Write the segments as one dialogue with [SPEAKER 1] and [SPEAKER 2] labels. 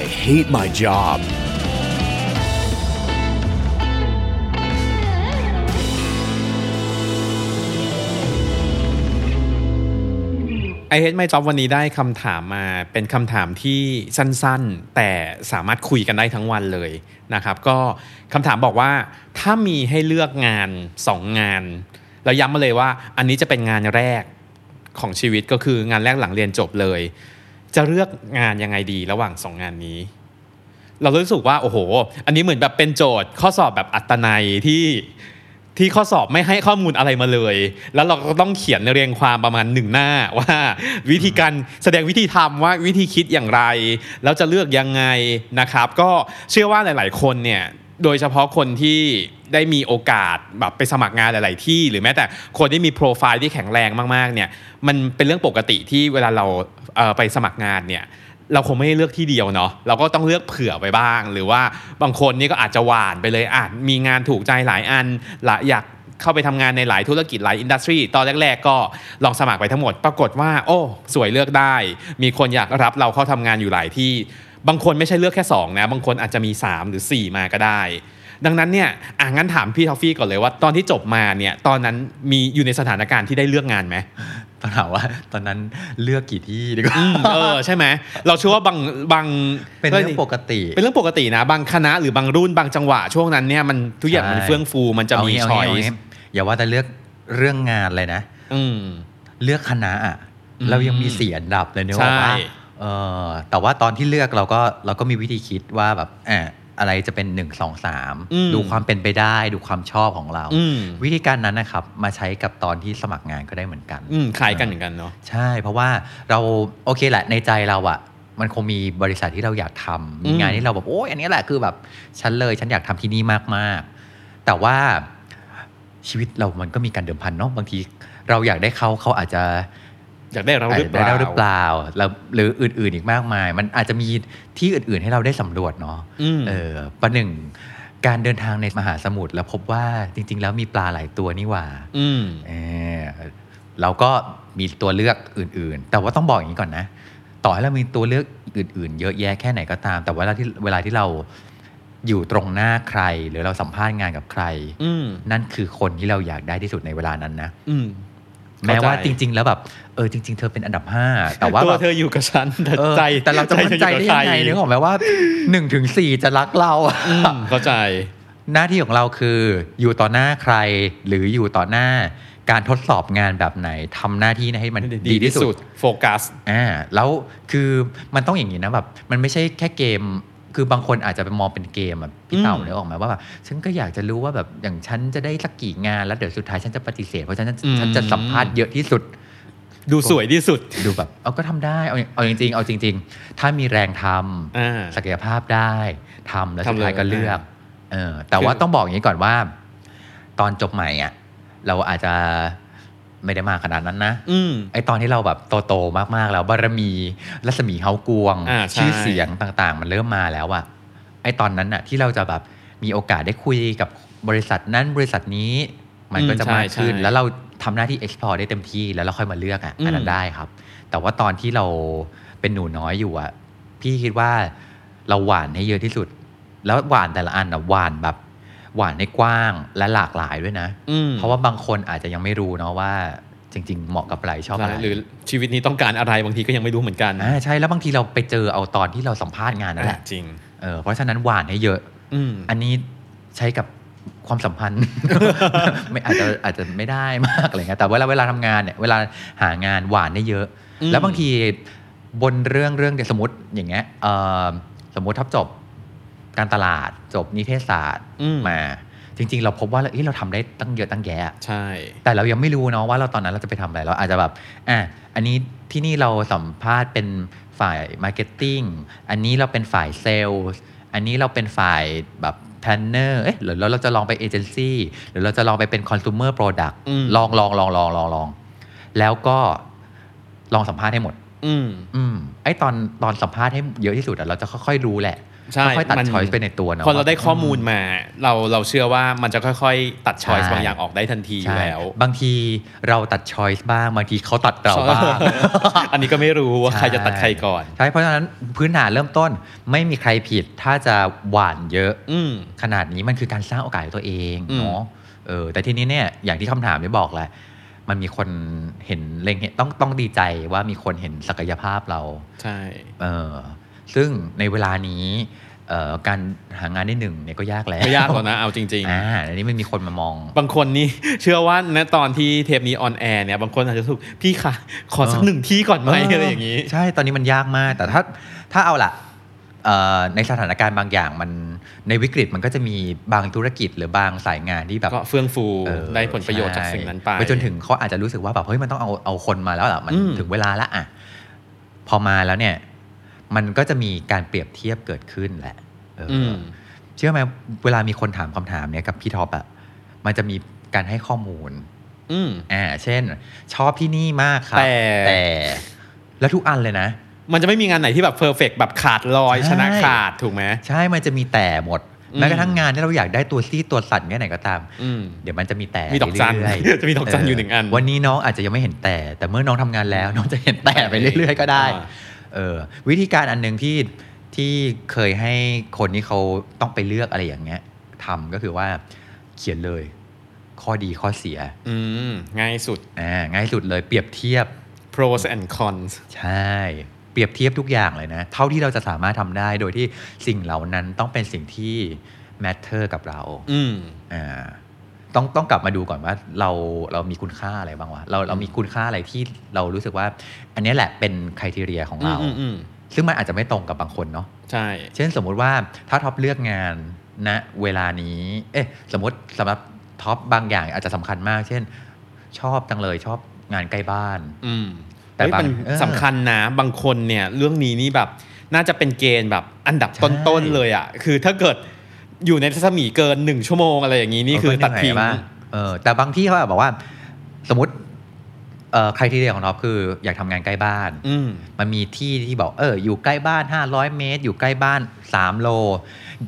[SPEAKER 1] I hate my job
[SPEAKER 2] ไอเฮดไม่จ็อบวันนี้ได้คำถามมาเป็นคำถามที่สั้นๆ แต่สามารถคุยกันได้ทั้งวันเลยนะครับ ก็คำถามบอกว่าถ้ามีให้เลือกงาน 2 งาน เราย้ำมาเลยว่าอันนี้จะเป็นงานแรกของชีวิตก็คืองานแรกหลังเรียนจบเลย จะเลือกงานยังไงดีระหว่าง 2 งานนี้ เรารู้สึกว่าโอ้โห อันนี้เหมือนแบบเป็นโจทย์ข้อสอบแบบอัตนัยที่ ที่ข้อสอบไม่ให้ข้อมูลอะไรมาเลย แล้วเราก็ต้องเขียนเรียงความประมาณหนึ่งหน้าว่า วิธีการแสดงวิธีทำว่าวิธีคิดอย่างไร แล้วจะเลือกยังไงนะครับ ก็เชื่อว่าหลาย ๆ คนเนี่ย โดยเฉพาะคนที่ได้มีโอกาสแบบไปสมัครงานหลาย ๆ ที่ หรือแม้แต่คนที่มีโปรไฟล์ที่แข็งแรงมาก ๆ เนี่ย มันเป็นเรื่องปกติที่เวลาเราเอ่อไปสมัครงานเนี่ย เราคงไม่ได้เลือกที่เดียวเนาะเราก็ต้องเลือกเผื่อไปบ้าง หรือว่าบางคนนี่ก็อาจจะหวานไปเลยอ่ะมีงานถูกใจหลายอันละอยากเข้าไปทำงานในหลายธุรกิจหลายอินดัสทรีตอนแรก ๆ ก็ลองสมัครไปทั้งหมด ปรากฏว่า โอ้สวยเลือกได้ มีคนอยากรับเราเข้าทำงานอยู่หลายที่ บางคนไม่ใช่เลือกแค่สองนะบางคนอาจจะมีสามหรือสี่มาก็ได้ ดังนั้นเนี่ยอ่ะงั้นถามพี่ทอฟฟี่ก่อนเลยว่าตอนที่จบมาเนี่ยตอนนั้นมีอยู่ในสถานการณ์ที่ได้เลือกงานไหม
[SPEAKER 3] ต้องถามว่าตอนนั้นเลือกกี่ที่ดีกว่า
[SPEAKER 2] อืมเออใช่ไหมเราเชื่อว่าบางบาง
[SPEAKER 3] เป็นเรื่องปกติ
[SPEAKER 2] เป็นเรื่องปกตินะ บางคณะหรือบางรุ่นบางจังหวะช่วงนั้นเนี่ยมันทุกอย่าง
[SPEAKER 3] ใช่
[SPEAKER 2] มันเฟื่องฟูมันจะมี
[SPEAKER 3] เา
[SPEAKER 2] ช้
[SPEAKER 3] งี้
[SPEAKER 2] อย
[SPEAKER 3] เางี้เางี้อย่าว่าแต่เลือกเรื่องงานเลยนะ
[SPEAKER 2] อืม
[SPEAKER 3] เลือกคณะอะ
[SPEAKER 2] อืม
[SPEAKER 3] เรายังมีสี่อันดับเลยเนี่ย
[SPEAKER 2] ใช่
[SPEAKER 3] ว่าเออแต่ว่าตอนที่เลือกเราก็เราก็มีวิธีคิดว่าแบบอ่ะอะไรจะเป็นหนึ่งสองสามดูความเป็นไปได้ดูความชอบของเรา
[SPEAKER 2] อืม
[SPEAKER 3] วิธีการนั้นนะครับมาใช้กับตอนที่สมัครงานก็ได้เหมือนกัน
[SPEAKER 2] อืมคล้ายกันเหมือนกันเนาะ
[SPEAKER 3] ใช่ เพราะว่าเราโอเคแหละในใจเราอะมันคงมีบริษัทที่เราอยากทำมีงาน
[SPEAKER 2] อืม
[SPEAKER 3] ที่เราแบบโอ้ยอันนี้แหละคือแบบฉันเลยฉันอยากทำที่นี่มากๆ แต่ว่าชีวิตเรามันก็มีการเดิมพันเนาะบางทีเราอยากได้เขาเขาอาจจะ
[SPEAKER 2] อยากได้เราหรือเปล่า
[SPEAKER 3] ได้หรือเปล่าแล้วหรืออื่นๆอีกมากมาย มันอาจจะมีที่อื่นๆให้เราได้สำรวจเนาะ
[SPEAKER 2] อืม
[SPEAKER 3] เออประหนึ่งการเดินทางในมหาสมุทรแล้วพบว่าจริง ๆ แล้วมีปลาหลายตัวนี่หว่า
[SPEAKER 2] อืม
[SPEAKER 3] เออเราก็มีตัวเลือกอื่นๆ แต่ว่าต้องบอกอย่างนี้ก่อนนะ ต่อให้เรามีตัวเลือกอื่น ๆ เยอะแยะแค่ไหนก็ตาม แต่เวลาที่เวลาที่เราอยู่ตรงหน้าใคร หรือเราสัมภาษณ์งานกับใคร
[SPEAKER 2] อืม
[SPEAKER 3] นั่นคือคนที่เราอยากได้ที่สุดในเวลานั้นนะ
[SPEAKER 2] อืม
[SPEAKER 3] แม้ว่าจ
[SPEAKER 2] เข้ใจ
[SPEAKER 3] ริง ๆ แล้วแบบเออจริง ๆ เธอเป็นอันดับห้าแต่ว่า
[SPEAKER 2] ตัว
[SPEAKER 3] แบบ
[SPEAKER 2] เธออยู่กับฉันแต่
[SPEAKER 3] เออ
[SPEAKER 2] ใจ
[SPEAKER 3] แต่เราจะมั่นใจได้ยังไงนึกออกไหมว่าหนึ่งถึงสี่จะรักเรา
[SPEAKER 2] อืมเข้าใจ
[SPEAKER 3] หน้าที่ของเราคืออยู่ต่อหน้าใครหรืออยู่ต่อหน้าการทดสอบงานแบบไหนทำหน้าที่ให้มันดีที่สุด
[SPEAKER 2] โฟกัส
[SPEAKER 3] อ่าแล้วคือมันต้องอย่างนี้นะแบบมันไม่ใช่แค่เกม คือบางคนอาจจะไปมองเป็นเกมอะพี่
[SPEAKER 2] อืม
[SPEAKER 3] เต่าเนี่ยออกไหมาว่าแบบฉันก็อยากจะรู้ว่าแบบอย่างฉันจะได้สักกี่งานแล้วเดี๋ยวสุดท้ายฉันจะปฏิเสธเพราะฉะนันฉันจะสัมภาษณ์เยอะที่สุด
[SPEAKER 2] ดูสวยที่สุด
[SPEAKER 3] ดูแบบเอาก็ทำได้เอาเอาจริงๆ เอาจริง ๆ ถ้ามีแรงทำ
[SPEAKER 2] อ่า
[SPEAKER 3] ศักยภาพได้ทำแล้ว
[SPEAKER 2] ทำ
[SPEAKER 3] สุดท้าย
[SPEAKER 2] เลย
[SPEAKER 3] ก็เลือกเออแต่
[SPEAKER 2] คือ
[SPEAKER 3] ว่าต้องบอกอย่างนี้ก่อนว่า ตอนจบใหม่อ่ะเราอาจจะไม่ได้มาขนาดนั้นนะ
[SPEAKER 2] อืม
[SPEAKER 3] ไอตอนที่เราแบบโตๆมากๆ แล้วบารมีรัศมีเฮากวง
[SPEAKER 2] อ่าใช่
[SPEAKER 3] ชื่อเสียงต่างๆ มันเริ่มมาแล้วอะไอตอนนั้นอะที่เราจะแบบมีโอกาสได้คุยกับบริษัทนั้นบริษัทนี้ มันก็จะ
[SPEAKER 2] อืมใช่
[SPEAKER 3] มากขึ้น
[SPEAKER 2] ใช่
[SPEAKER 3] แล้วเราทำหน้าที่ explore ได้เต็มที่แล้วเราค่อยมาเลือกอ่ะ
[SPEAKER 2] อืม
[SPEAKER 3] อันนั้นได้ครับ แต่ว่าตอนที่เราเป็นหนูน้อยอยู่อ่ะ พี่คิดว่าเราหวานให้เยอะที่สุด แล้วหวานแต่ละอันอ่ะหวานแบบ หวานให้กว้างและหลากหลายด้วยนะ
[SPEAKER 2] อืม
[SPEAKER 3] เพราะว่าบางคนอาจจะยังไม่รู้เนาะว่า จริง ๆ เหมาะกับอะไรชอบอะไร
[SPEAKER 2] หรือชีวิตนี้ต้องการอะไรบางทีก็ยังไม่รู้เหมือนกัน
[SPEAKER 3] อ่าใช่แล้วบางทีเราไปเจอเอาตอนที่เราสัมภาษณ์งานนั่นแหละ
[SPEAKER 2] จริง
[SPEAKER 3] เออเพราะฉะนั้นหวานให้เยอะ
[SPEAKER 2] อืม
[SPEAKER 3] อันนี้ใช้กับความสัมพันธ์ ไม่อาจจะอาจจะไม่ได้มากอะไรเงี้ยแต่เวลาเวลาทำงานเนี่ยเวลาหางานหวานได้เยอะ
[SPEAKER 2] อืม
[SPEAKER 3] แล้วบางทีบนเรื่องเรื่องเดียวสมมติอย่างเงี้ยเอ่อสมมติทับจบการตลาดจบนิเทศศาสตร์
[SPEAKER 2] อืม
[SPEAKER 3] มา จริง ๆ เราพบว่าเอ้ยเราทำได้ตั้งเยอะตั้งแยะ
[SPEAKER 2] ใช่
[SPEAKER 3] แต่เรายังไม่รู้เนาะว่าเราตอนนั้นเราจะไปทำอะไรเราอาจจะแบบอ่ะอันนี้ ที่นี่เราสัมภาษณ์เป็นฝ่ายมาร์เก็ตติ้งอันนี้เราเป็นฝ่ายเซลล์อันนี้เราเป็นฝ่ายแบบแพลนเนอร์เอ๊ะหรือเราจะลองไปเอเจนซี่หรือเราจะลองไปเป็นคอน sumer product
[SPEAKER 2] อืม
[SPEAKER 3] ลองลองลองลองลองลองแล้วก็ลองสัมภาษณ์ให้หมด
[SPEAKER 2] อืม
[SPEAKER 3] อืมไอ้ตอนตอนสัมภาษณ์ให้เยอะที่สุดอะเราจะค่อยๆรู้แหละ
[SPEAKER 2] ใช่
[SPEAKER 3] ค่อยๆตัด
[SPEAKER 2] มัน
[SPEAKER 3] ช้อยส์ไปในตัวเนาะ
[SPEAKER 2] พอเราได้ข้อมูล
[SPEAKER 3] ม
[SPEAKER 2] มา เราเราเชื่อว่ามันจะค่อยๆ ตัดช้อย
[SPEAKER 3] ใช่
[SPEAKER 2] ส์บางอย่างออกได้ทันทีอยู่
[SPEAKER 3] ใช่
[SPEAKER 2] แล้ว
[SPEAKER 3] บางทีเราตัดช้อยส์บ้าง บางทีเขาตัดเราบ้าง
[SPEAKER 2] อัน นี้ก็ไม่รู้ว่าใครจะตัดใครก่อน
[SPEAKER 3] ใช่เพราะฉะนั้นพื้นฐานเริ่มต้นไม่มีใครผิดถ้าจะหวานเยอะ
[SPEAKER 2] อืม
[SPEAKER 3] ขนาดนี้มันคือการสร้างโอกาสให้ตัวเอง
[SPEAKER 2] อืม
[SPEAKER 3] เนาะเออแต่ทีนี้เนี่ยอย่างที่คำถามได้บอกแหละมันมีคนเห็นเล็งเห็นต้องต้องดีใจว่ามีคนเห็นศักยภาพเรา
[SPEAKER 2] ใช่
[SPEAKER 3] เออซึ่งในเวลานี้เอ่อการหางานได้หนึ่งเนี่ยก็ยากแล้ว
[SPEAKER 2] ไม่ยากหรอกนะ เอาจริง
[SPEAKER 3] อ่าอันนี้ไม่มีคนมามอง
[SPEAKER 2] ๆ บางคนนี่ เชื่อว่าณตอนที่เทปนี้ออนแอร์เนี่ย บางคนอาจจะถูกพี่ค่ะ ขอสัก
[SPEAKER 3] เออ
[SPEAKER 2] หนึ่งที่ก่อนไหมอะไรอย่างนี้
[SPEAKER 3] นี้ ใช่ตอนนี้มันยากมาก แต่ถ้าถ้าเอาละเอ่อในสถานการณ์บางอย่างมันในวิกฤตมันก็จะมีบางธุรกิจหรือบางสายงานที่แบบ
[SPEAKER 2] ก็เฟื่องฟู
[SPEAKER 3] เอ่อ
[SPEAKER 2] ได้ผลประโยชน์จาก
[SPEAKER 3] ใช่
[SPEAKER 2] สิ่งนั้นไป
[SPEAKER 3] ไปจนถึงเขาอาจจะรู้สึกว่าแบบเฮ้ยมันต้องเอาเอาคนมาแล้วล่ะมัน
[SPEAKER 2] อืม
[SPEAKER 3] ถึงเวลาละอ่ะพอมาแล้วเนี่ย มันก็จะมีการเปรียบเทียบเกิดขึ้นแหละเอออ
[SPEAKER 2] อืม
[SPEAKER 3] เชื่อไหมเวลามีคนถามคำถามเนี้ยกับพี่ท็อปอะมันจะมีการให้ข้อมูล
[SPEAKER 2] อืม
[SPEAKER 3] อ่าเช่น ชอบที่นี่มากครับ
[SPEAKER 2] แต่
[SPEAKER 3] แต่แล้วทุกอันเลยนะ
[SPEAKER 2] มันจะไม่มีงานไหนที่แบบเพอร์เฟกแบบขาดลอย
[SPEAKER 3] ใช่
[SPEAKER 2] ชนะขาดถูกไหม
[SPEAKER 3] ใช่มันจะมีแต่หมด
[SPEAKER 2] อืม
[SPEAKER 3] แม้กระทั่งงานที่เราอยากได้ตัวซี่ตัวสัตว์แค่ไหนก็ตาม
[SPEAKER 2] อืม
[SPEAKER 3] เดี๋ยวมันจะมีแต่
[SPEAKER 2] มีดอกจัน
[SPEAKER 3] เรื่ย
[SPEAKER 2] จะมีดอกจันอยู่หนึ่งอัน
[SPEAKER 3] วันนี้น้องอาจจะยังไม่เห็นแต่ แต่เมื่อน้องทำงานแล้ว น้องจะเห็นแต่ไปเรื่อย ๆ ก็ได้
[SPEAKER 2] อ่า
[SPEAKER 3] เออวิธีการอันหนึ่งที่ที่เคยให้คนที่เขาต้องไปเลือกอะไรอย่างเงี้ยทำก็คือว่าเขียนเลย ข้อดีข้อเสีย
[SPEAKER 2] อืม ง่ายสุด
[SPEAKER 3] อ่าง่ายสุดเลยเปรียบเทียบ
[SPEAKER 2] pros and cons
[SPEAKER 3] ใช่ เปรียบเทียบทุกอย่างเลยนะ เท่าที่เราจะสามารถทำได้โดยที่สิ่งเหล่านั้นต้องเป็นสิ่งที่ matter กับเรา
[SPEAKER 2] อืม
[SPEAKER 3] อ่าต้องต้องกลับมาดูก่อนว่าเราเรามีคุณค่าอะไรบ้างวะเราเรามีคุณค่าอะไรที่เรารู้สึกว่า อันเนี้ยแหละเป็นคุณทีเรียของเรา
[SPEAKER 2] อืมอืม
[SPEAKER 3] ซึ่งมันอาจจะไม่ตรงกับบางคนเนาะ
[SPEAKER 2] ใช่
[SPEAKER 3] เช่นสมมุติว่าถ้าท็อปเลือกงานณเวลานี้เอ๊ะสมมติสำหรับท็อปบางอย่างอาจจะสำคัญมาก เช่น ชอบจังเลยชอบงานใกล้บ้าน
[SPEAKER 2] อืม
[SPEAKER 3] แต่
[SPEAKER 2] แต่
[SPEAKER 3] บาง
[SPEAKER 2] มัน
[SPEAKER 3] เออ
[SPEAKER 2] สำคัญนะ บางคนเนี่ยเรื่องนี้นี่แบบน่าจะเป็นเกณฑ์แบบอันดับต้น
[SPEAKER 3] ใช่
[SPEAKER 2] ๆเลยอ่ะ คือถ้าเกิดอยู่ในรัศมีเกินหนึ่งชั่วโมงอะไรอย่างนี้นี่คือตัดทิ้ง
[SPEAKER 3] เออก็เหนื่อยบ้าเออแต่บางที่เขาแบบบอกว่า สมมติเอ่อคุณทีเรียของท็อปคืออยากทำงานใกล้บ้าน
[SPEAKER 2] อืม
[SPEAKER 3] มันมีที่ที่บอกเอออยู่ใกล้บ้าน 500 เมตร อยู่ใกล้บ้าน 3 โล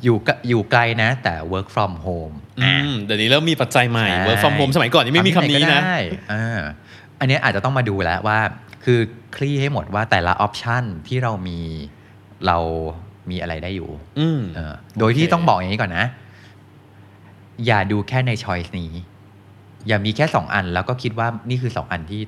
[SPEAKER 3] อยู่กอยู่ไกลนะ แต่ work from home
[SPEAKER 2] อืม เดี๋ยวนี้เริ่มมีปัจจัยใหม่
[SPEAKER 3] ใช่
[SPEAKER 2] work from home สมัยก่อนนี่ไม่มีคำ
[SPEAKER 3] ทำ
[SPEAKER 2] นี้
[SPEAKER 3] ที่ไห
[SPEAKER 2] นะ
[SPEAKER 3] ก็ได้อ่าอันเนี้ยอาจจะต้องมาดูแล้วว่า คือคลี่ให้หมดว่าแต่ละออปชันที่เรามีเรามีอะไรได้อยู่
[SPEAKER 2] อืม
[SPEAKER 3] เออโดยที่ต้องบอกอย่างนี้ก่อนนะ อย่าดูแค่ในช้อยส์นี้ อย่ามีแค่สองอันแล้วก็คิดว่านี่คือสองอันที่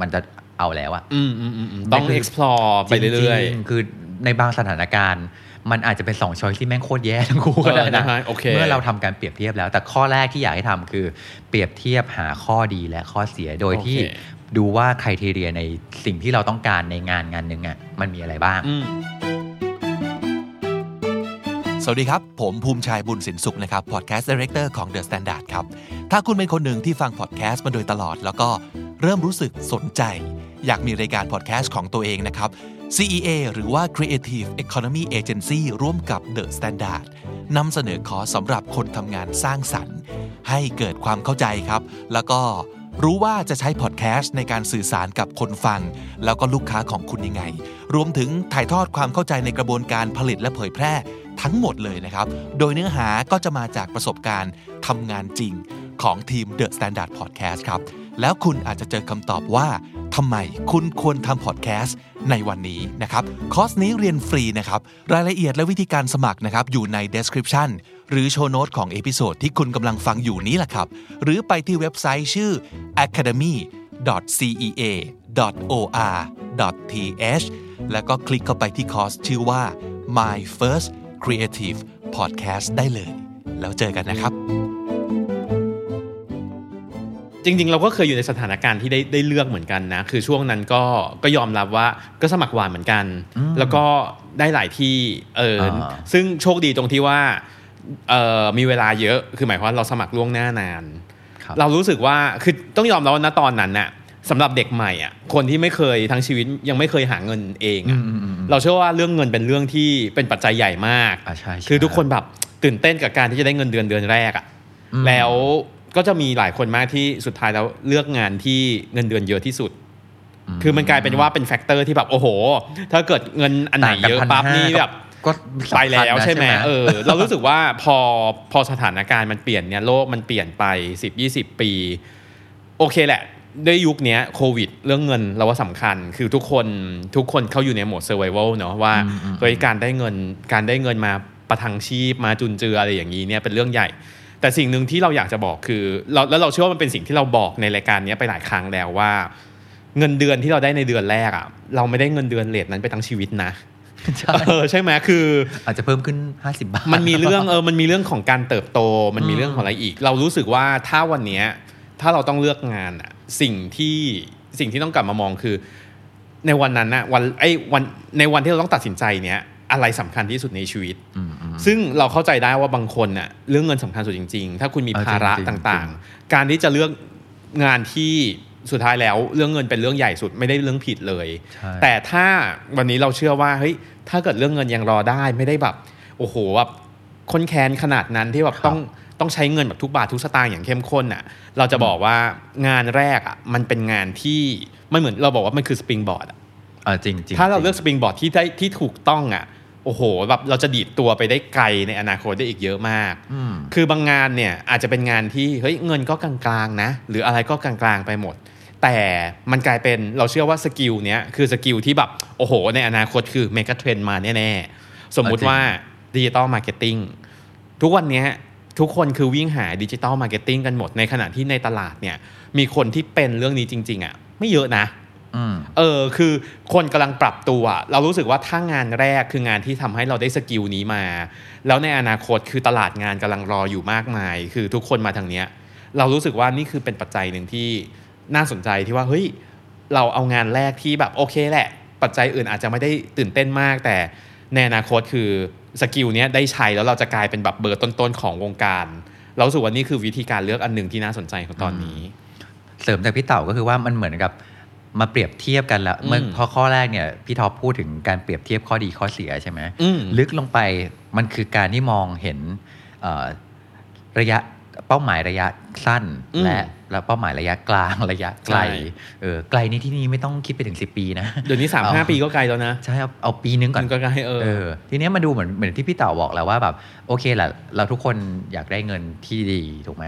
[SPEAKER 3] มันจะเอาแล้วอะ
[SPEAKER 2] อืมอืมอืมอืมต้อง explore ไปเรื่อย
[SPEAKER 3] จงๆคือในบางสถานการณ์ มันอาจจะเป็นสองช้อยที่แม่งโคตรแย่ทั้งคู่
[SPEAKER 2] ๆ
[SPEAKER 3] ก็ได้
[SPEAKER 2] เออ
[SPEAKER 3] นะ
[SPEAKER 2] ฮโอเค
[SPEAKER 3] เมื่อเราทำการเปรียบเทียบแล้ว แต่ข้อแรกที่อยากให้ทำคือ เปรียบเทียบหาข้อดีและข้อเสียโดยที่
[SPEAKER 2] โอเค
[SPEAKER 3] ดูว่าใครทีเรียในสิ่งที่เราต้องการในงานงานหนึ่งอ่ะมันมีอะไรบ้าง
[SPEAKER 2] อืม
[SPEAKER 4] สวัสดีครับ ผมภูมิชัยบุญสินสุขนะครับ Podcast Director ของ The Standard ครับ ถ้าคุณเป็นคนหนึ่งที่ฟัง Podcast มาโดยตลอด แล้วก็เริ่มรู้สึกสนใจ อยากมีรายการ Podcast ของตัวเองนะครับ CEA หรือว่า Creative Economy Agency ร่วมกับ The Standard นำเสนอคอร์สสำหรับคนทำงานสร้างสรรค์ ให้เกิดความเข้าใจครับ แล้วก็รู้ว่าจะใช้พอดแคสต์ในการสื่อสารกับคนฟัง แล้วก็ลูกค้าของคุณยังไง รวมถึงถ่ายทอดความเข้าใจในกระบวนการผลิตและเผยแพร่ ทั้งหมดเลยนะครับ โดยเนื้อหาก็จะมาจากประสบการณ์ทำงานจริงของทีม The Standard Podcast ครับ แล้วคุณอาจจะเจอคำตอบว่าทำไมคุณควรทำพอดแคสต์ในวันนี้นะครับ คอร์สนี้เรียนฟรีนะครับ รายละเอียดและวิธีการสมัครนะครับอยู่ใน description หรือโชว์โน้ตของเอพิโซดที่คุณกำลังฟังอยู่นี้แหละครับ หรือไปที่เว็บไซต์ชื่อ academy cea.or.th แล้วก็คลิกเข้าไปที่คอร์สชื่อว่า My First Creative Podcast ได้เลย แล้วเจอกันนะครับ
[SPEAKER 2] จริงๆ เราก็เคยอยู่ในสถานการณ์ที่ได้ได้เลือกเหมือนกันนะ คือช่วงนั้นก็ก็ยอมรับว่าก็สมัครหวานเหมือนกัน
[SPEAKER 3] อืม
[SPEAKER 2] แล้วก็ได้หลายที่เอออา ซึ่งโชคดีตรงที่ว่าเออมีเวลาเยอะคือหมายความว่าเราสมัครล่วงหน้านาน
[SPEAKER 3] คบ
[SPEAKER 2] เรารู้สึกว่าคือต้องยอมรับว่าณตอนนั้นน่ะ สำหรับเด็กใหม่อ่ะคนที่ไม่เคยทั้งชีวิตยังไม่เคยหาเงินเอง
[SPEAKER 3] อื
[SPEAKER 2] อ่ะ
[SPEAKER 3] มอืมอืม
[SPEAKER 2] เราเชื่อว่าเรื่องเงินเป็นเรื่องที่เป็นปัจจัยใหญ่มาก
[SPEAKER 3] อ่ะใช่ใช่
[SPEAKER 2] คือทุกคนแบบตื่นเต้นกับการที่จะได้เงินเดือนเดือนแรกอะ
[SPEAKER 3] อืม
[SPEAKER 2] แล้วก็จะมีหลายคนมากที่สุดท้ายแล้วเลือกงานที่เงินเดือนเยอะที่สุด คือมันกลายเป็นว่าเป็นแฟกเตอร์ที่แบบโอ้โห ถ้าเกิดเงินอันไหน
[SPEAKER 3] ต่างกัน
[SPEAKER 2] เยอะ
[SPEAKER 3] พัน
[SPEAKER 2] ปั๊บ
[SPEAKER 3] ห้า
[SPEAKER 2] นี่
[SPEAKER 3] ก็
[SPEAKER 2] แบบ
[SPEAKER 3] ก็
[SPEAKER 2] ไป
[SPEAKER 3] สำคัญนะ
[SPEAKER 2] แล้วใช่ไหม
[SPEAKER 3] ใช่ไห ม
[SPEAKER 2] เออ เรารู้สึกว่าพอพอสถานการณ์มันเปลี่ยนเนี่ยโลกมันเปลี่ยนไป 10 20 ปี โอเคแหละ ด้วยยุคเนี้ยโควิด เรื่องเงินเราว่าสำคัญ คือทุกคนทุกคนเข้าอยู่ในโหมดเซอร์ไว l เนาะว่า
[SPEAKER 3] อืมอืม
[SPEAKER 2] เฮ้ยการได้เงินการได้เงินมาประทังชีพมาจุนเจืออะไรอย่างนี้เนี่ยเป็นเรื่องใหญ่ แต่สิ่งหนึ่งที่เราอยากจะบอกคือเราแล้วเราเชื่อว่ามันเป็นสิ่งที่เราบอกในรายการเนี้ยไปหลายครั้งแล้วว่า เงินเดือนที่เราได้ในเดือนแรกอะ่ะเราไม่ได้เงินเดือนเลทนั้นไปทั้งชีวิตนะ
[SPEAKER 3] ใช่
[SPEAKER 2] เออใช่ไหมคือ
[SPEAKER 3] อาจจะเพิ่มขึ้น 50 บาท
[SPEAKER 2] มันมีเรื่องเออ มันมีเรื่องของการเติบโต มันมีเรื่องของอะไรอีก เรารู้สึกว่าถ้าวันเนี้ยถ้าเราต้องเลือกงานอะสิ่งที่สิ่งที่ต้องกลับมามองคือ ในวันนั้นนะวันไอ้ยวันในวันที่เราต้องตัดสินใจเนี้ยอะไรสำคัญที่สุดในชีวิต
[SPEAKER 3] อืมอืม
[SPEAKER 2] ซึ่งเราเข้าใจได้ว่าบางคนน่ะเรื่องเงินสำคัญสุดจริง ๆ ถ้าคุณมี
[SPEAKER 3] เออจริง
[SPEAKER 2] ภาระ
[SPEAKER 3] จริง
[SPEAKER 2] ต่าง
[SPEAKER 3] จริ
[SPEAKER 2] ๆ การที่จะเลือกงานที่สุดท้ายแล้ว เรื่องเงินเป็นเรื่องใหญ่สุดไม่ได้เรื่องผิดเลย
[SPEAKER 3] ใช่
[SPEAKER 2] แต่ถ้าวันนี้เราเชื่อว่าเฮ้ยถ้าเกิดเรื่องเงินยังรอได้ไม่ได้แบบโอ้โหแบบค้นแค้นขนาดนั้นที่แบบต้องต้องใช้เงินแบบทุกบาททุกสตางค์อย่างเข้มข้นอ่ะเราจะบอกว่างานแรกอ่ะมันเป็นงานที่มันเหมือนเราบอกว่ามันคือสปริงบอร์ด
[SPEAKER 3] อ่ะจริงจริง
[SPEAKER 2] ถ้าเราเลือก
[SPEAKER 3] จ
[SPEAKER 2] สปริงบอร์ดที่ได้ที่ถูกต้องอะ่ะโอ้โหแบบเราจะดีดตัวไปได้ไกลในอนาคตได้อีกเยอะมาก
[SPEAKER 3] อืม
[SPEAKER 2] คือบางงานเนี่ยอาจจะเป็นงานที่เฮ้ยเงินก็กลางๆนะ หรืออะไรก็กลางๆไปหมด แต่มันกลายเป็นเราเชื่อว่าสกิลเนี้ยคือสกิลที่แบบโอ้โห ในอนาคตคือเมกะเทรนมาแน่ๆ สมมุติว่าดิจิตอลมาร์เก็ตติ้งทุกวันเนี้ยทุกคนคือวิ่งหาดิจิตอลมาร์เก็ตติ้งกันหมดในขณะที่ในตลาดเนี่ยมีคนที่เป็นเรื่องนี้จริง ๆอะ่ะไม่เยอะนะ
[SPEAKER 3] อืม
[SPEAKER 2] เออคือคนกำลังปรับตัวอะเรารู้สึกว่าถ้างานแรกคืองานที่ทำให้เราได้สกิลนี้มา แล้วในอนาคตคือตลาดงานกำลังรออยู่มากมาย คือทุกคนมาทางเนี้ย เรารู้สึกว่านี่คือเป็นปัจจัยหนึ่งที่น่าสนใจที่ว่าเฮ้ยเราเอางานแรกที่แบบโอเคแหละ ปัจจัยอื่นอาจจะไม่ได้ตื่นเต้นมาก แต่ในอนาคตคือสกิลเนี้ยได้ใช้แล้วเราจะกลายเป็นแบบเบอร์ต้นๆของวงการ เรารู้สึกว่านี่คือวิธีการเลือกอันหนึ่งที่น่าสนใจของตอนนี้
[SPEAKER 3] เสริมจากพี่เต่าก็คือว่ามันเหมือนกับมาเปรียบเทียบกันแล้ว
[SPEAKER 2] อืม
[SPEAKER 3] เมื่อพอข้อแรกเนี่ยพี่ท็อปพูดถึงการเปรียบเทียบข้อดีข้อเสียใช่ไหม
[SPEAKER 2] อืม
[SPEAKER 3] ลึกลงไปมันคือการที่มองเห็นเอ่อระยะเป้าหมายระยะสั้น
[SPEAKER 2] อืม
[SPEAKER 3] และและเป้าหมายระยะกลางระยะไกล
[SPEAKER 2] ใช่
[SPEAKER 3] เออไกลในที่นี้ไม่ต้องคิดไปถึง 10 ปีนะ
[SPEAKER 2] เดี๋ยวนี้สามห้า
[SPEAKER 3] เอา
[SPEAKER 2] ปีก็ไกลแล้วนะ
[SPEAKER 3] ใช่เอาเอาปีนึงก่อน
[SPEAKER 2] มันก็ให้เออ
[SPEAKER 3] เออทีเนี้ยมาดูเหมือนเหมือนที่พี่เต่าบอกแล้วว่าแบบโอเคแหละเราทุกคนอยากได้เงินที่ดีถูกไหม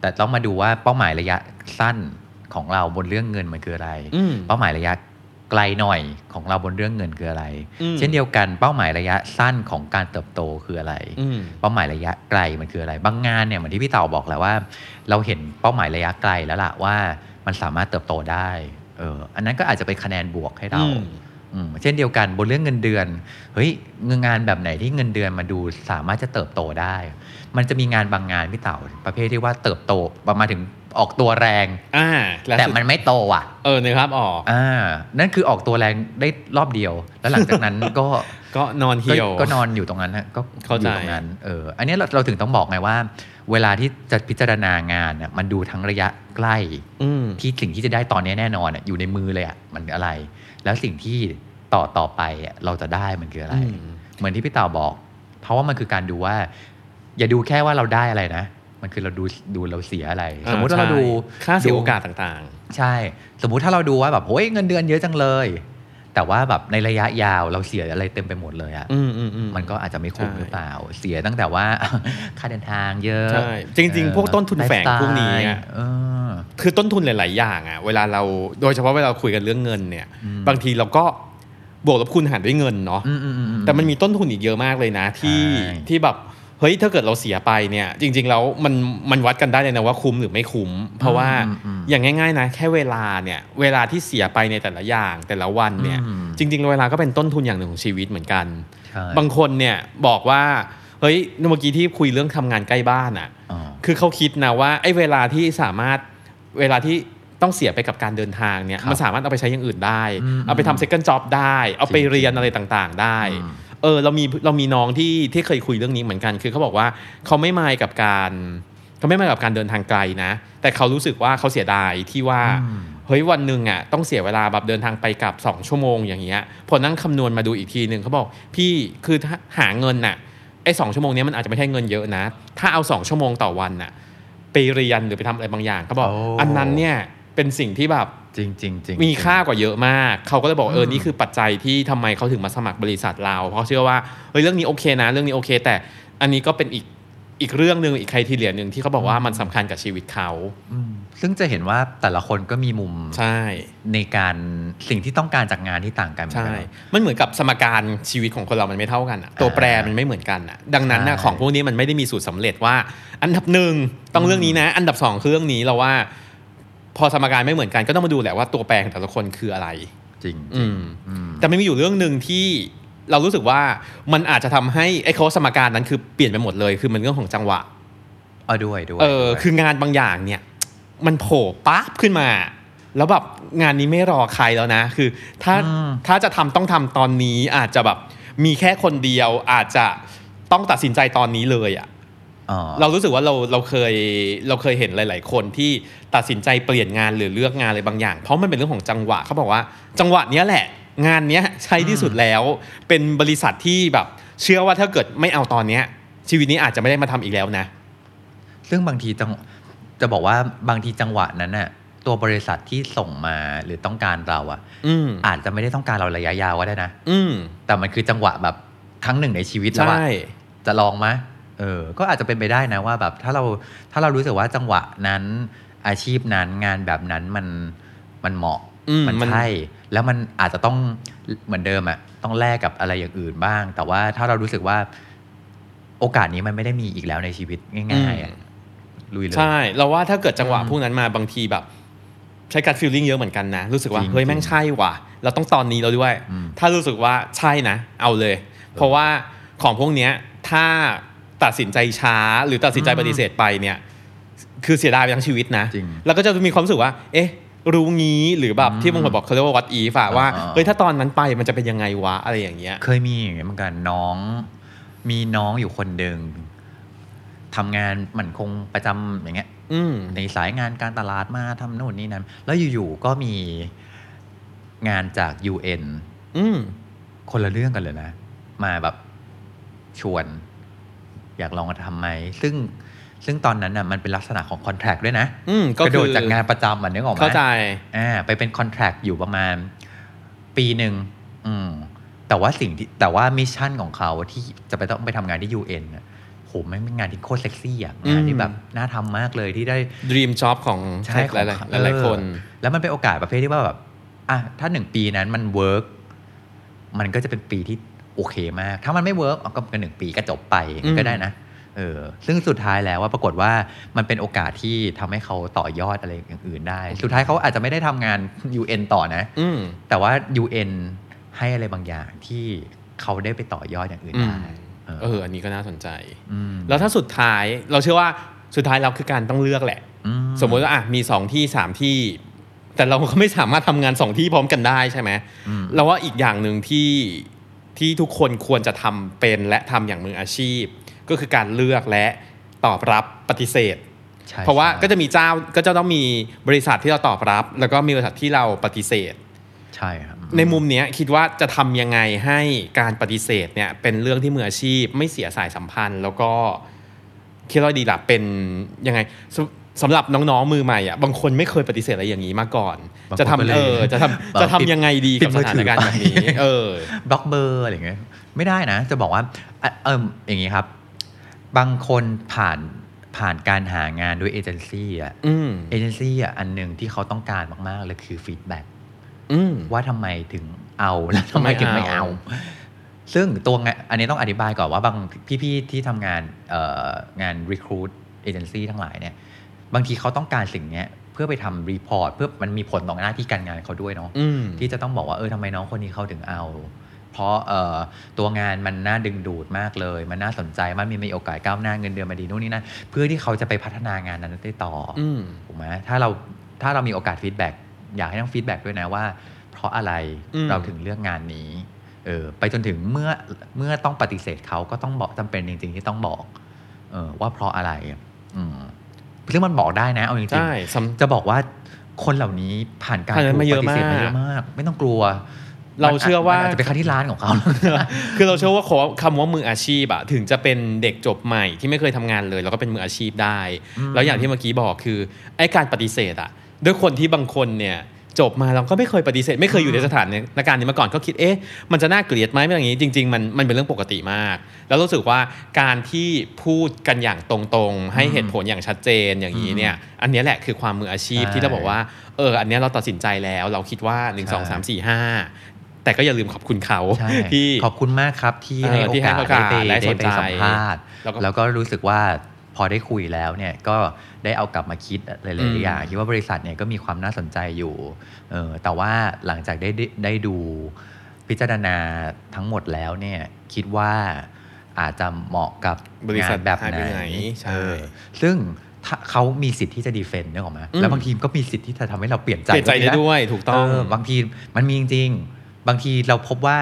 [SPEAKER 3] แต่ต้องมาดูว่าเป้าหมายระยะสั้นของเราบนเรื่องเงินมันคืออะไร
[SPEAKER 2] อืม
[SPEAKER 3] เป้าหมายระยะไกลหน่อยของเราบนเรื่องเงินคืออะไร
[SPEAKER 2] อืม
[SPEAKER 3] เช่นเดียวกันเป้าหมายระยะสั้นของการเติบโตคืออะไร
[SPEAKER 2] อืม
[SPEAKER 3] เป้าหมายระยะไกลมันคืออะไรบางงานเนี่ยเหมือนที่พี่เต่าบอกแหละว่า เราเห็นเป้าหมายระยะไกลแล้วล่ะว่ามันสามารถเติบโตได้เอออันนั้นก็อาจจะเป็นคะแนนบวกให้เรา
[SPEAKER 2] อืม
[SPEAKER 3] อืมเช่นเดียวกันบนเรื่องเงินเดือน เฮ้ยเงินงานแบบไหนที่เงินเดือนมาดูสามารถจะเติบโตได้ มันจะมีงานบางงานพี่เต่าประเภทที่ว่าเติบโตประมาณถึงออกตัวแรง
[SPEAKER 2] อ่าล้ว
[SPEAKER 3] แต่มันไม่โตอ่ะ
[SPEAKER 2] เออเนยครับออก
[SPEAKER 3] อ่านั่นคือออกตัวแรงได้รอบเดียว แล้วหลังจาก นั้นก็
[SPEAKER 2] ก็นอน
[SPEAKER 3] ก็
[SPEAKER 2] เหี่ยว
[SPEAKER 3] ก็นอนอยู่ตรงนั้นฮะก็
[SPEAKER 2] เข้า
[SPEAKER 3] อ
[SPEAKER 2] ใจ
[SPEAKER 3] ยู่ตรงนั้นเอออันเนี้ยเราเราถึงต้องบอกไงว่า เวลาที่จะพิจารณางานน่ะมันดูทั้งระยะใกล้
[SPEAKER 2] อืม
[SPEAKER 3] ที่สิ่งที่จะได้ตอนนี้แน่นอนอะอยู่ในมือเลยอะมันอะไร แล้วสิ่งที่ต่อต่อไปอะเราจะได้มันคืออะไร
[SPEAKER 2] อืม
[SPEAKER 3] เหมือนที่พี่ต่าวบอก เพราะว่ามันคือการดูว่า อย่าดูแค่ว่าเราได้อะไรนะ มันคือเราดูดูเราเสียอะไร สมมติว่าเรา
[SPEAKER 2] ใช่
[SPEAKER 3] ดู
[SPEAKER 2] ค่าเสีย
[SPEAKER 3] ดู
[SPEAKER 2] โอกาสต่าง
[SPEAKER 3] ใช่ สมมุติถ้าเราดูว่าแบบโอ้ยเงินเดือนเยอะจังเลย แต่ว่าแบบในระยะยาวเราเสียอะไรเต็มไปหมดเลยอะ
[SPEAKER 2] ๆ อืมอืมอืม
[SPEAKER 3] มันก็อาจจะไม่คุ้ม
[SPEAKER 2] ใช่
[SPEAKER 3] หรือเปล่า เสียตั้งแต่ว่า ค่าเดินทางเยอะ
[SPEAKER 2] ใช่ จริง
[SPEAKER 3] เออ
[SPEAKER 2] ๆ พวกต้นทุนแฝง
[SPEAKER 3] ไลฟ์สไตล์
[SPEAKER 2] พวกนี้อะ
[SPEAKER 3] เออ
[SPEAKER 2] คือต้นทุนหลาย ๆ อย่างอ่ะเวลาเราโดยเฉพาะเวลาเราคุยกันเรื่องเงินเนี่ย บางทีเราก็บวกลบคูณหารด้วยเงินเนาะ
[SPEAKER 3] อืมอืมอือื
[SPEAKER 2] แต่มันมีต้นทุนอีกเยอะมากเลยนะที่
[SPEAKER 3] ใช่
[SPEAKER 2] ที่แบบเฮ้ยถ้าเกิดเราเสียไปเนี่ย จริง ๆ แล้วมันมันวัดกันได้เลยนะว่าคุ้มหรือไม่คุ้ม เพราะว่าอย่างง่าย ๆ นะ แค่เวลาเนี่ยเวลาที่เสียไปในแต่ละอย่างแต่ละวันเนี่ย
[SPEAKER 3] อืม
[SPEAKER 2] จริงๆเวลาก็เป็นต้นทุนอย่างหนึ่งของชีวิตเหมือนกัน
[SPEAKER 3] ใช่
[SPEAKER 2] บางคนเนี่ยบอกว่าเฮ้ยเมื่อกี้ที่คุยเรื่องทำงานใกล้บ้านอะ่ะ
[SPEAKER 3] อ๋อ
[SPEAKER 2] คือเขาคิดนะว่าไอ้เวลาที่สามารถเวลาที่ต้องเสียไปกับการเดินทางเนี่ย
[SPEAKER 3] ครับ
[SPEAKER 2] มันสามารถเอาไปใช้อย่างอื่นได้
[SPEAKER 3] อืม
[SPEAKER 2] เอาไปทำเซ็ก n d j จ็อบได้ เอาไป
[SPEAKER 3] จริงๆ
[SPEAKER 2] เรียนอะไรต่างๆ ได้
[SPEAKER 3] อืม
[SPEAKER 2] เออเรามีเรามีน้องที่ที่เคยคุยเรื่องนี้เหมือนกัน คือเขาบอกว่าเขาไม่มายกับการ เขาไม่มากับการเดินทางไกลนะ แต่เขารู้สึกว่าเขาเสียดายที่ว่า
[SPEAKER 3] อืม
[SPEAKER 2] เฮ้ยวันหนึ่งอ่ะต้องเสียเวลาแบบเดินทางไปกลับ 2 ชั่วโมงอย่างเงี้ยพอนั่งคำนวณมาดูอีกทีหนึ่งเขาบอกพี่คือถ้าหาเงินน่ะไอ้สองชั่วโมงเนี้ยมันอาจจะไม่ใช่เงินเยอะนะ ถ้าเอา 2 ชั่วโมงต่อวันน่ะไปเรียนหรือไปทำอะไรบางอย่างเขาบอก
[SPEAKER 3] โอ้
[SPEAKER 2] อันนั้นเนี่ยเป็นสิ่งที่แบบ
[SPEAKER 3] จริงจริงจริง
[SPEAKER 2] มีค่ากว่าเยอะมาก เขาก็เลยบอกเออ
[SPEAKER 3] อืม
[SPEAKER 2] นี่คือปัจจัยที่ทำไมเขาถึงมาสมัครบริษัทเรา เพราะเขาเชื่อว่า เฮ้ย เรื่องนี้โอเคนะ เรื่องนี้โอเค แต่อันนี้ก็เป็นอีก อีกเรื่องหนึ่งอีกใครทีเหลียหนึ่งที่เขาบอกว่ามันสำคัญกับชีวิตเขา
[SPEAKER 3] อืมซึ่งจะเห็นว่าแต่ละคนก็มีมุม
[SPEAKER 2] ใช่
[SPEAKER 3] ในการสิ่งที่ต้องการจากงานที่ต่างกันเหมือนกัน
[SPEAKER 2] ใช่
[SPEAKER 3] เนอะ
[SPEAKER 2] มันเหมือนกับสมการชีวิตของคนเรามันไม่เท่ากันอะตัวแปรมันไม่เหมือนกันอะดังนั้นนะ
[SPEAKER 3] ใช่
[SPEAKER 2] ของพวกนี้มันไม่ได้มีสูตรสำเร็จว่า อันดับหนึ่งต้องเรื่องนี้นะ อันดับสองคือเรื่องนี้เราว่า พอสมการไม่เหมือนกันก็ต้องมาดูแหละว่าตัวแปรของแต่ละคนคืออะไร
[SPEAKER 3] จริงจริ
[SPEAKER 2] อื
[SPEAKER 3] ง
[SPEAKER 2] ม
[SPEAKER 3] อืม
[SPEAKER 2] แต่มันมีอยู่เรื่องหนึ่งที่เรารู้สึกว่ามันอาจจะทำให้ไอ้เขาสมการนั้นคือเปลี่ยนไปหมดเลยคือมันเรื่องของจังหวะ
[SPEAKER 3] เออด้วยด้วย
[SPEAKER 2] เออ
[SPEAKER 3] ด้วย
[SPEAKER 2] คืองานบางอย่างเนี่ย มันโผล่ปั๊บขึ้นมา แล้วแบบงานนี้ไม่รอใครแล้วนะ คือถ้าถ้าจะทำต้องทำตอนนี้อาจจะแบบมีแค่คนเดียวอาจจะต้องตัดสินใจตอนนี้เลยอะ
[SPEAKER 3] อ
[SPEAKER 2] เรารู้สึกว่าเราเราเคยเราเคยเห็นหลาย ๆ คนที่ตัดสินใจเปลี่ยนงานหรือเลือกงานอะไรบางอย่าง เพราะมันเป็นเรื่องของจังหวะเขาบอกว่า จังหวะเนี้ยแหละ งานเนี้ยใช่ที่สุดแล้ว เป็นบริษัทที่แบบ เชื่อว่าถ้าเกิดไม่เอาตอนเนี้ย ชีวิตนี้อาจจะไม่ได้มาทำอีกแล้วนะ
[SPEAKER 3] ซึ่งบางทีจังจะบอกว่าบางทีจังหวะนั้นน่ะตัวบริษัทที่ส่งมาหรือต้องการเราอะ
[SPEAKER 2] อืม
[SPEAKER 3] อาจจะไม่ได้ต้องการเราระยะยาวก็ได้นะ
[SPEAKER 2] อืม
[SPEAKER 3] แต่มันคือจังหวะแบบครั้งหนึ่งในชีวิตแล้ว
[SPEAKER 2] ใช่
[SPEAKER 3] อะจะลองไหมเออ ก็อาจจะเป็นไปได้นะว่าแบบถ้าเราถ้าเรารู้สึกว่าจังหวะนั้นอาชีพนั้นงานแบบนั้นมันมันเหมาะ
[SPEAKER 2] อืมมัน
[SPEAKER 3] ใช่แล้วมันอาจจะต้องเหมือนเดิมอะต้องแลกกับอะไรอย่างอื่นบ้าง แต่ว่าถ้าเรารู้สึกว่าโอกาสนี้มันไม่ได้มีอีกแล้วในชีวิตง่ายๆอะลุยเลย
[SPEAKER 2] ใช่ เราว่าถ้าเกิดจังหวะ
[SPEAKER 3] อืม
[SPEAKER 2] พวกนั้นมาบางทีแบบ ใช้การฟีลลิ่งเยอะเหมือนกันนะ รู้สึกว่า
[SPEAKER 3] จริง
[SPEAKER 2] เฮ้ยแม่งใช่ว่ะ เราต้องตอนนี้เราด้วย
[SPEAKER 3] อืม
[SPEAKER 2] ถ้ารู้สึกว่าใช่นะ เอาเลย เพราะว่าของพวกเนี้ยถ้าตัดสินใจช้าหรือตัดสินใจ
[SPEAKER 3] อืม
[SPEAKER 2] ปฏิเสธไปเนี่ย คือเสียดายไปทั้งชีวิตนะ
[SPEAKER 3] จริง
[SPEAKER 2] แล้วก็จะมีความรู้สึกว่า เอ๊ะ รู้งี้หรือแบบ
[SPEAKER 3] อืม
[SPEAKER 2] ที่บางคนบอกเขาเรียกว่าวัดอีฝ่าว่า
[SPEAKER 3] อ่า
[SPEAKER 2] เฮ้ยถ้าตอนนั้นไปมันจะเป็นยังไงวะอะไรอย่างเงี้ย
[SPEAKER 3] เคยมีอย่างเงี้ยเหมือนกันน้อง มีน้องอยู่คนหนึ่งทำงานมันคงประจำอย่างเงี้ย
[SPEAKER 2] อืม
[SPEAKER 3] ในสายงานการตลาดมาทำโน่นนี่นั่น แล้วอยู่ๆก็มีงานจาก UN
[SPEAKER 2] อืม
[SPEAKER 3] คนละเรื่องกันเลยนะ มาแบบชวน อยากลองมาทำไหมซึ่งซึ่งตอนนั้นน่ะมันเป็นลักษณะของคอนแท t ด้วยนะ
[SPEAKER 2] อืมก็
[SPEAKER 3] กระ
[SPEAKER 2] คื
[SPEAKER 3] โด
[SPEAKER 2] อ
[SPEAKER 3] ดจากงานประจำอ่ะนึกออกไหม
[SPEAKER 2] เข้าใจ
[SPEAKER 3] อ่าไปเป็นคอนแท c t อยู่ประมาณปีหนึ่งอืมแต่ว่าสิ่งที่แต่ว่ามิชชั่นของเขาที่จะไปต้องไปทำงานที่ UN น่ะโหแม่งเป็นงานที่โคตรเซ็กซี่อ่ะ งานที่
[SPEAKER 2] อืม
[SPEAKER 3] แบบน่าทำมากเลยที่ได้
[SPEAKER 2] dream job ของ
[SPEAKER 3] ใช่
[SPEAKER 2] ห
[SPEAKER 3] ของ
[SPEAKER 2] ลายๆหลายๆคน
[SPEAKER 3] เออแล้วมันเป็นโอกาสประเภทที่ว่าแบบอ่ะถ้าหนึ่งปีนั้นมันเวิร์กมันก็จะเป็นปีที่โอเคมาก ถ้ามันไม่เวิร์กก็เป็นหนึ่งปีก็จบไปอย่างนี้
[SPEAKER 2] อืม
[SPEAKER 3] ก็ได้นะเออซึ่งสุดท้ายแล้วว่าปรากฏว่ามันเป็นโอกาสที่ทำให้เขาต่อยอดอะไรอย่างอื่นได้ สุดท้ายเขาอาจจะไม่ได้ทำงาน UN ต่อนะ
[SPEAKER 2] อืม
[SPEAKER 3] แต่ว่า UN ให้อะไรบางอย่างที่เขาได้ไปต่อยอดอย่างอื่นได้
[SPEAKER 2] เออเออ อันนี้ก็น่าสนใจ
[SPEAKER 3] ม
[SPEAKER 2] แล้วถ้าสุดท้ายเราเชื่อว่าสุดท้ายเราคือการต้องเลือกแหละ
[SPEAKER 3] อื
[SPEAKER 2] สมมุติว่าอ่ะมีสองที่สามที่ แต่เราก็ไม่สามารถทำงานสองที่พร้อมกันได้ใช่ไหม
[SPEAKER 3] อืม
[SPEAKER 2] เราว่าอีกอย่างหนึ่งที่ที่ทุกคนควรจะทำเป็นและทำอย่างมืออาชีพ ก็คือการเลือกและตอบรับปฏิเสธ
[SPEAKER 3] ใช่
[SPEAKER 2] เพราะว่า
[SPEAKER 3] ใช่
[SPEAKER 2] ก็จะมีเจ้าก็จะต้องมีบริษัทที่เราตอบรับ แล้วก็มีบริษัทที่เราปฏิเสธ
[SPEAKER 3] ใช่ครับ
[SPEAKER 2] ในมุมเนี้ยคิดว่าจะทำยังไงให้การปฏิเสธเนี่ยเป็นเรื่องที่มืออาชีพไม่เสียสายสัมพันธ์ แล้วก็คิดว่าดีหลักเป็นยังไงสสำหรับน้องๆมือใหม่อ่ะบางคนไม่เคยปฏิเสธอะไรอย่างนี้มาก่อน
[SPEAKER 3] บางคน
[SPEAKER 2] จะ
[SPEAKER 3] ก็ล
[SPEAKER 2] ทำ
[SPEAKER 3] ย
[SPEAKER 2] เออจะ
[SPEAKER 3] แบบ
[SPEAKER 2] ทำจะ
[SPEAKER 3] ปิด
[SPEAKER 2] ทำยังไงดี
[SPEAKER 3] ปิ
[SPEAKER 2] กับสถานการณ์
[SPEAKER 3] มื
[SPEAKER 2] แบ
[SPEAKER 3] อบ ถือ
[SPEAKER 2] นี้
[SPEAKER 3] ไป
[SPEAKER 2] เออ
[SPEAKER 3] บล็อกเบอร์อะไรอย่างเงี้ยไม่ได้นะ จะบอกว่าอ่ะเอมอย่างงี้ครับ บางคนผ่านผ่านการหางานด้วยเอเจนซี่อะ
[SPEAKER 2] อืม
[SPEAKER 3] เอเจนซี่อะอันหนึ่งที่เขาต้องการมากๆเลยคือฟีดแบ็ก
[SPEAKER 2] อืม
[SPEAKER 3] ว่าทำไมถึงเอาและทำไมถึงไม่เอา
[SPEAKER 2] ไม่เ
[SPEAKER 3] ซึ่งตัวงานอันนี้ต้องอธิบายก่อนว่าบางพี่ๆที่ทำงานเอ่องาน Recruit Agency ทั้งหลายเนี่ย บางทีเขาต้องการสิ่งเนี้ยเพื่อไปทำรีพอร์ตเพื่อมันมีผลต่อหน้าที่การงานเขาด้วยเนาะ
[SPEAKER 2] อืม
[SPEAKER 3] ที่จะต้องบอกว่าเออทำไมน้องคนนี้เขาถึงเอา เพราะเอ่อตัวงานมันน่าดึงดูดมากเลย มันน่าสนใจมันมีมีโอกาสก้าวหน้าเงินเดือนมาดีนู่นนี่นั่นเพื่อที่เขาจะไปพัฒนางานนั้นได้ต่ออ
[SPEAKER 2] อืม
[SPEAKER 3] ถูกไหมถ้าเราถ้าเรามีโอกาสฟีดแบ็กอยากให้ต้องฟีดแบ็กด้วยนะว่า เพราะอะไร
[SPEAKER 2] อืม
[SPEAKER 3] เราถึงเลือกงานนี้เออไปจนถึงเมื่อเมื่อต้องปฏิเสธเขาก็ต้องบอกจำเป็นจริง ๆ ที่ต้องบอกเออว่าเพราะอะไรอืม ซึ่งมันบอกได้นะเอาจริง
[SPEAKER 2] ใช่สำ
[SPEAKER 3] ๆจะบอกว่าคนเหล่านี้ผ่านการ
[SPEAKER 2] ผ่านมาเยอะ
[SPEAKER 3] ปฏิสธ
[SPEAKER 2] มาก
[SPEAKER 3] เยอะมาก ไม่ต้องกลัว
[SPEAKER 2] เราเชื่อว่า
[SPEAKER 3] นจจะไปค่าที่ร้านของเขา
[SPEAKER 2] คือเราเชื่อว่าคำคำว่ามืออาชีพอะถึงจะเป็นเด็กจบใหม่ที่ไม่เคยทำงานเลย แล้วก็เป็นมืออาชีพได้
[SPEAKER 3] อืม
[SPEAKER 2] แล้วอย่างที่เมื่อกี้บอกคือไอ้การปฏิเสธอะด้วยคนที่บางคนเนี่ยจบมาเราก็ไม่เคยปฏิเสธ ไม่เคยอยู่ในสถานการณ์นี้มาก่อนก็คิดเอ๊ะมันจะน่าเกลียดไหมไม่อย่างนี้จริงๆมันมันเป็นเรื่องปกติมาก แล้วรู้สึกว่าการที่พูดกันอย่างตรงๆ ให้เหตุผลอย่างชัดเจนอย่างนี้เนี่ยอันเนี้ยแหละคือความมืออาชีพที่เราบอกว่าเอออันเนี้ยเราตัดสินใจแล้ว เราคิดว่า1 2 3 4 5แต่ก็อย่าลืมขอบคุณเขา
[SPEAKER 3] ใช่
[SPEAKER 2] ที่
[SPEAKER 3] ขอบคุณมากครับที่
[SPEAKER 2] เออ
[SPEAKER 3] ให้โอ
[SPEAKER 2] ที่ให้
[SPEAKER 3] กาส
[SPEAKER 2] โอ
[SPEAKER 3] ได้
[SPEAKER 2] กาส
[SPEAKER 3] ไป
[SPEAKER 2] ได้
[SPEAKER 3] ได้
[SPEAKER 2] สน
[SPEAKER 3] ไป
[SPEAKER 2] ใจ
[SPEAKER 3] สัมภาษณ์
[SPEAKER 2] แล้วก็
[SPEAKER 3] แล้วก็รู้สึกว่าพอได้คุยแล้วเนี่ยก็ได้เอากลับมาคิดหลาย
[SPEAKER 2] อืม
[SPEAKER 3] ๆอย่างคิดว่าบริษัทเนี่ยก็มีความน่าสนใจอยู่เออแต่ว่าหลังจากได้ได้ได้ดูพิจารณาทั้งหมดแล้วเนี่ยคิดว่าอาจจะเหมาะกับบ
[SPEAKER 2] ริษัท
[SPEAKER 3] งานแบบไหน
[SPEAKER 2] หายไปไหนใช่
[SPEAKER 3] เออซึ่งถ้าเขามีสิทธิ์ที่จะดีเฟนต์เนกออกไหม
[SPEAKER 2] อืม
[SPEAKER 3] แล้วบางทีก็มีสิทธิ์ที่จะทำให้เราเปลี่ยนใจ
[SPEAKER 2] เปลี่ยนใจได้ด้วยถูกต้อง
[SPEAKER 3] เบางทีมันมีจริงๆ บางทีเราพบว่า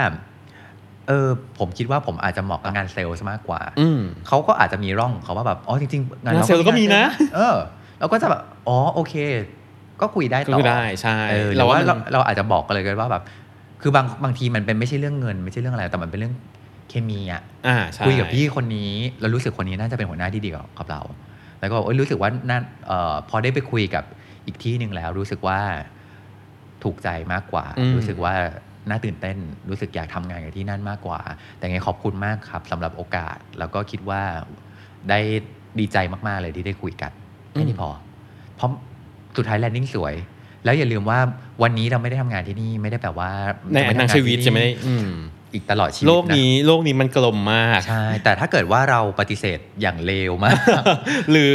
[SPEAKER 3] เออผมคิดว่าผมอาจจะเหมาะกับงานเซลล์ซะมากกว่า
[SPEAKER 2] อืม
[SPEAKER 3] เขาก็อาจจะมีร่องของเขาว่าแบบ อ๋อจริงๆ งาน
[SPEAKER 2] งานเซลล์ก็มีนะ
[SPEAKER 3] เออเราก็จะแบบ อ๋อโอเค ก็คุยได้
[SPEAKER 2] ก็
[SPEAKER 3] ต่อ
[SPEAKER 2] คือได้ใช่
[SPEAKER 3] เออ
[SPEAKER 2] เรา
[SPEAKER 3] เรา
[SPEAKER 2] ว่า
[SPEAKER 3] ว่า
[SPEAKER 2] มั
[SPEAKER 3] เรา
[SPEAKER 2] น
[SPEAKER 3] เราอาจจะบอกกันเลยกันว่าแบบ คือบางบางทีมันเป็นไม่ใช่เรื่องเงิน ไม่ใช่เรื่องอะไร แต่มันเป็นเรื่องเคมีอะ
[SPEAKER 2] อ่าใช่
[SPEAKER 3] คุยกับพี่คนนี้แล้วรู้สึกคนนี้น่าจะเป็นหัวหน้าที่ดีกับเรา แล้วก็บอกเอ้ยรู้สึกว่าน่าเออพอได้ไปคุยกับอีกที่หนึ่งแล้ว รู้สึกว่าถูกใจมากกว่า
[SPEAKER 2] อืม
[SPEAKER 3] รู้สึกว่าน่าตื่นเต้น รู้สึกอยากทำงานกับที่นั่นมากกว่า แต่ไงขอบคุณมากครับสำหรับโอกาส แล้วก็คิดว่าได้ดีใจมาก ๆ เลยที่ได้คุยกันแค่นี้พอ เพราะสุดท้ายแลนดิ้งสวย แล้วอย่าลืมว่าวันนี้เราไม่ได้ทำงานที่นี่ไม่ได้แปลว่า
[SPEAKER 2] ใน
[SPEAKER 3] จะไม่
[SPEAKER 2] หนั
[SPEAKER 3] ทำาง น
[SPEAKER 2] ชีวิต
[SPEAKER 3] ที่
[SPEAKER 2] จะไม่ได้อืม
[SPEAKER 3] อีกตลอดชีวิต
[SPEAKER 2] โลก
[SPEAKER 3] ะ
[SPEAKER 2] นี้โลกนี้มันกลมมาก
[SPEAKER 3] ใช่ แต่ถ้าเกิดว่าเราปฏิเสธอย่างเลวมาก
[SPEAKER 2] หรือ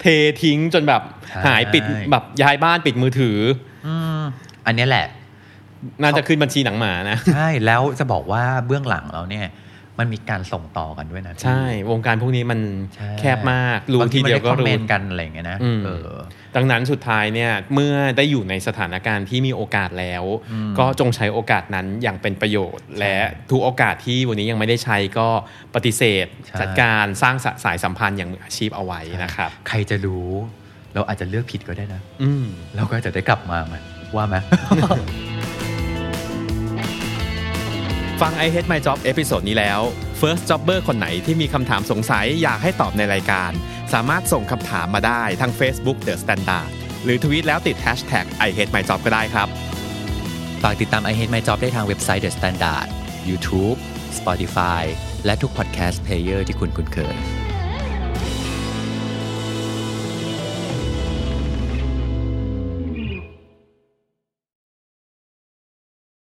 [SPEAKER 2] เททิ้งจนแบบ
[SPEAKER 3] ใช่
[SPEAKER 2] หายปิดแบบย้ายบ้านปิดมือถือ
[SPEAKER 3] อืมอันเนี้ยแหละ
[SPEAKER 2] น่าจะขึ้นบัญชีหนังหมานะ
[SPEAKER 3] ใช่ แล้วจะบอกว่าเบื้องหลังเราเนี่ย มันมีการส่งต่อกันด้วยนะพี่
[SPEAKER 2] ใช่วงการพวกนี้มัน
[SPEAKER 3] ใช่
[SPEAKER 2] แคบมาก รู้
[SPEAKER 3] บาง
[SPEAKER 2] ทีเดียวก็
[SPEAKER 3] มันไคอม
[SPEAKER 2] รู้
[SPEAKER 3] เมนต์กันอะไรอย่างเงี้ยนะ
[SPEAKER 2] อืม
[SPEAKER 3] เออ
[SPEAKER 2] ดังนั้นสุดท้ายเนี่ยเมื่อได้อยู่ในสถานการณ์ที่มีโอกาสแล้ว
[SPEAKER 3] อืม
[SPEAKER 2] ก็จงใช้โอกาสนั้นอย่างเป็นประโยชน์ และทุกโอกาสที่วันนี้ยังไม่ได้ใช้ก็ปฏิเสธ
[SPEAKER 3] ใช่
[SPEAKER 2] จัดการสร้างสะสายสัมพันธ์อย่างมืออาชีพเอาไว้นะครับ
[SPEAKER 3] ใครจะรู้ เราอาจจะเลือกผิดก็ได้นะ
[SPEAKER 2] อืม
[SPEAKER 3] เราก็อาจจะได้กลับมาไหมว่าไหม
[SPEAKER 2] ฟัง I Hate My Job เอพิโซดนี้แล้ว First Jobber คนไหนที่มีคำถามสงสัยอยากให้ตอบในรายการ สามารถส่งคำถามมาได้ทาง Facebook The Standard หรือทวีตแล้วติด Hashtag I Hate My Job ก็ได้ครับ
[SPEAKER 3] ฝากติดตาม I Hate My Job ได้ทางเว็บไซต์ The Standard YouTube Spotify และทุก podcast player ที่คุณคุ้นเคย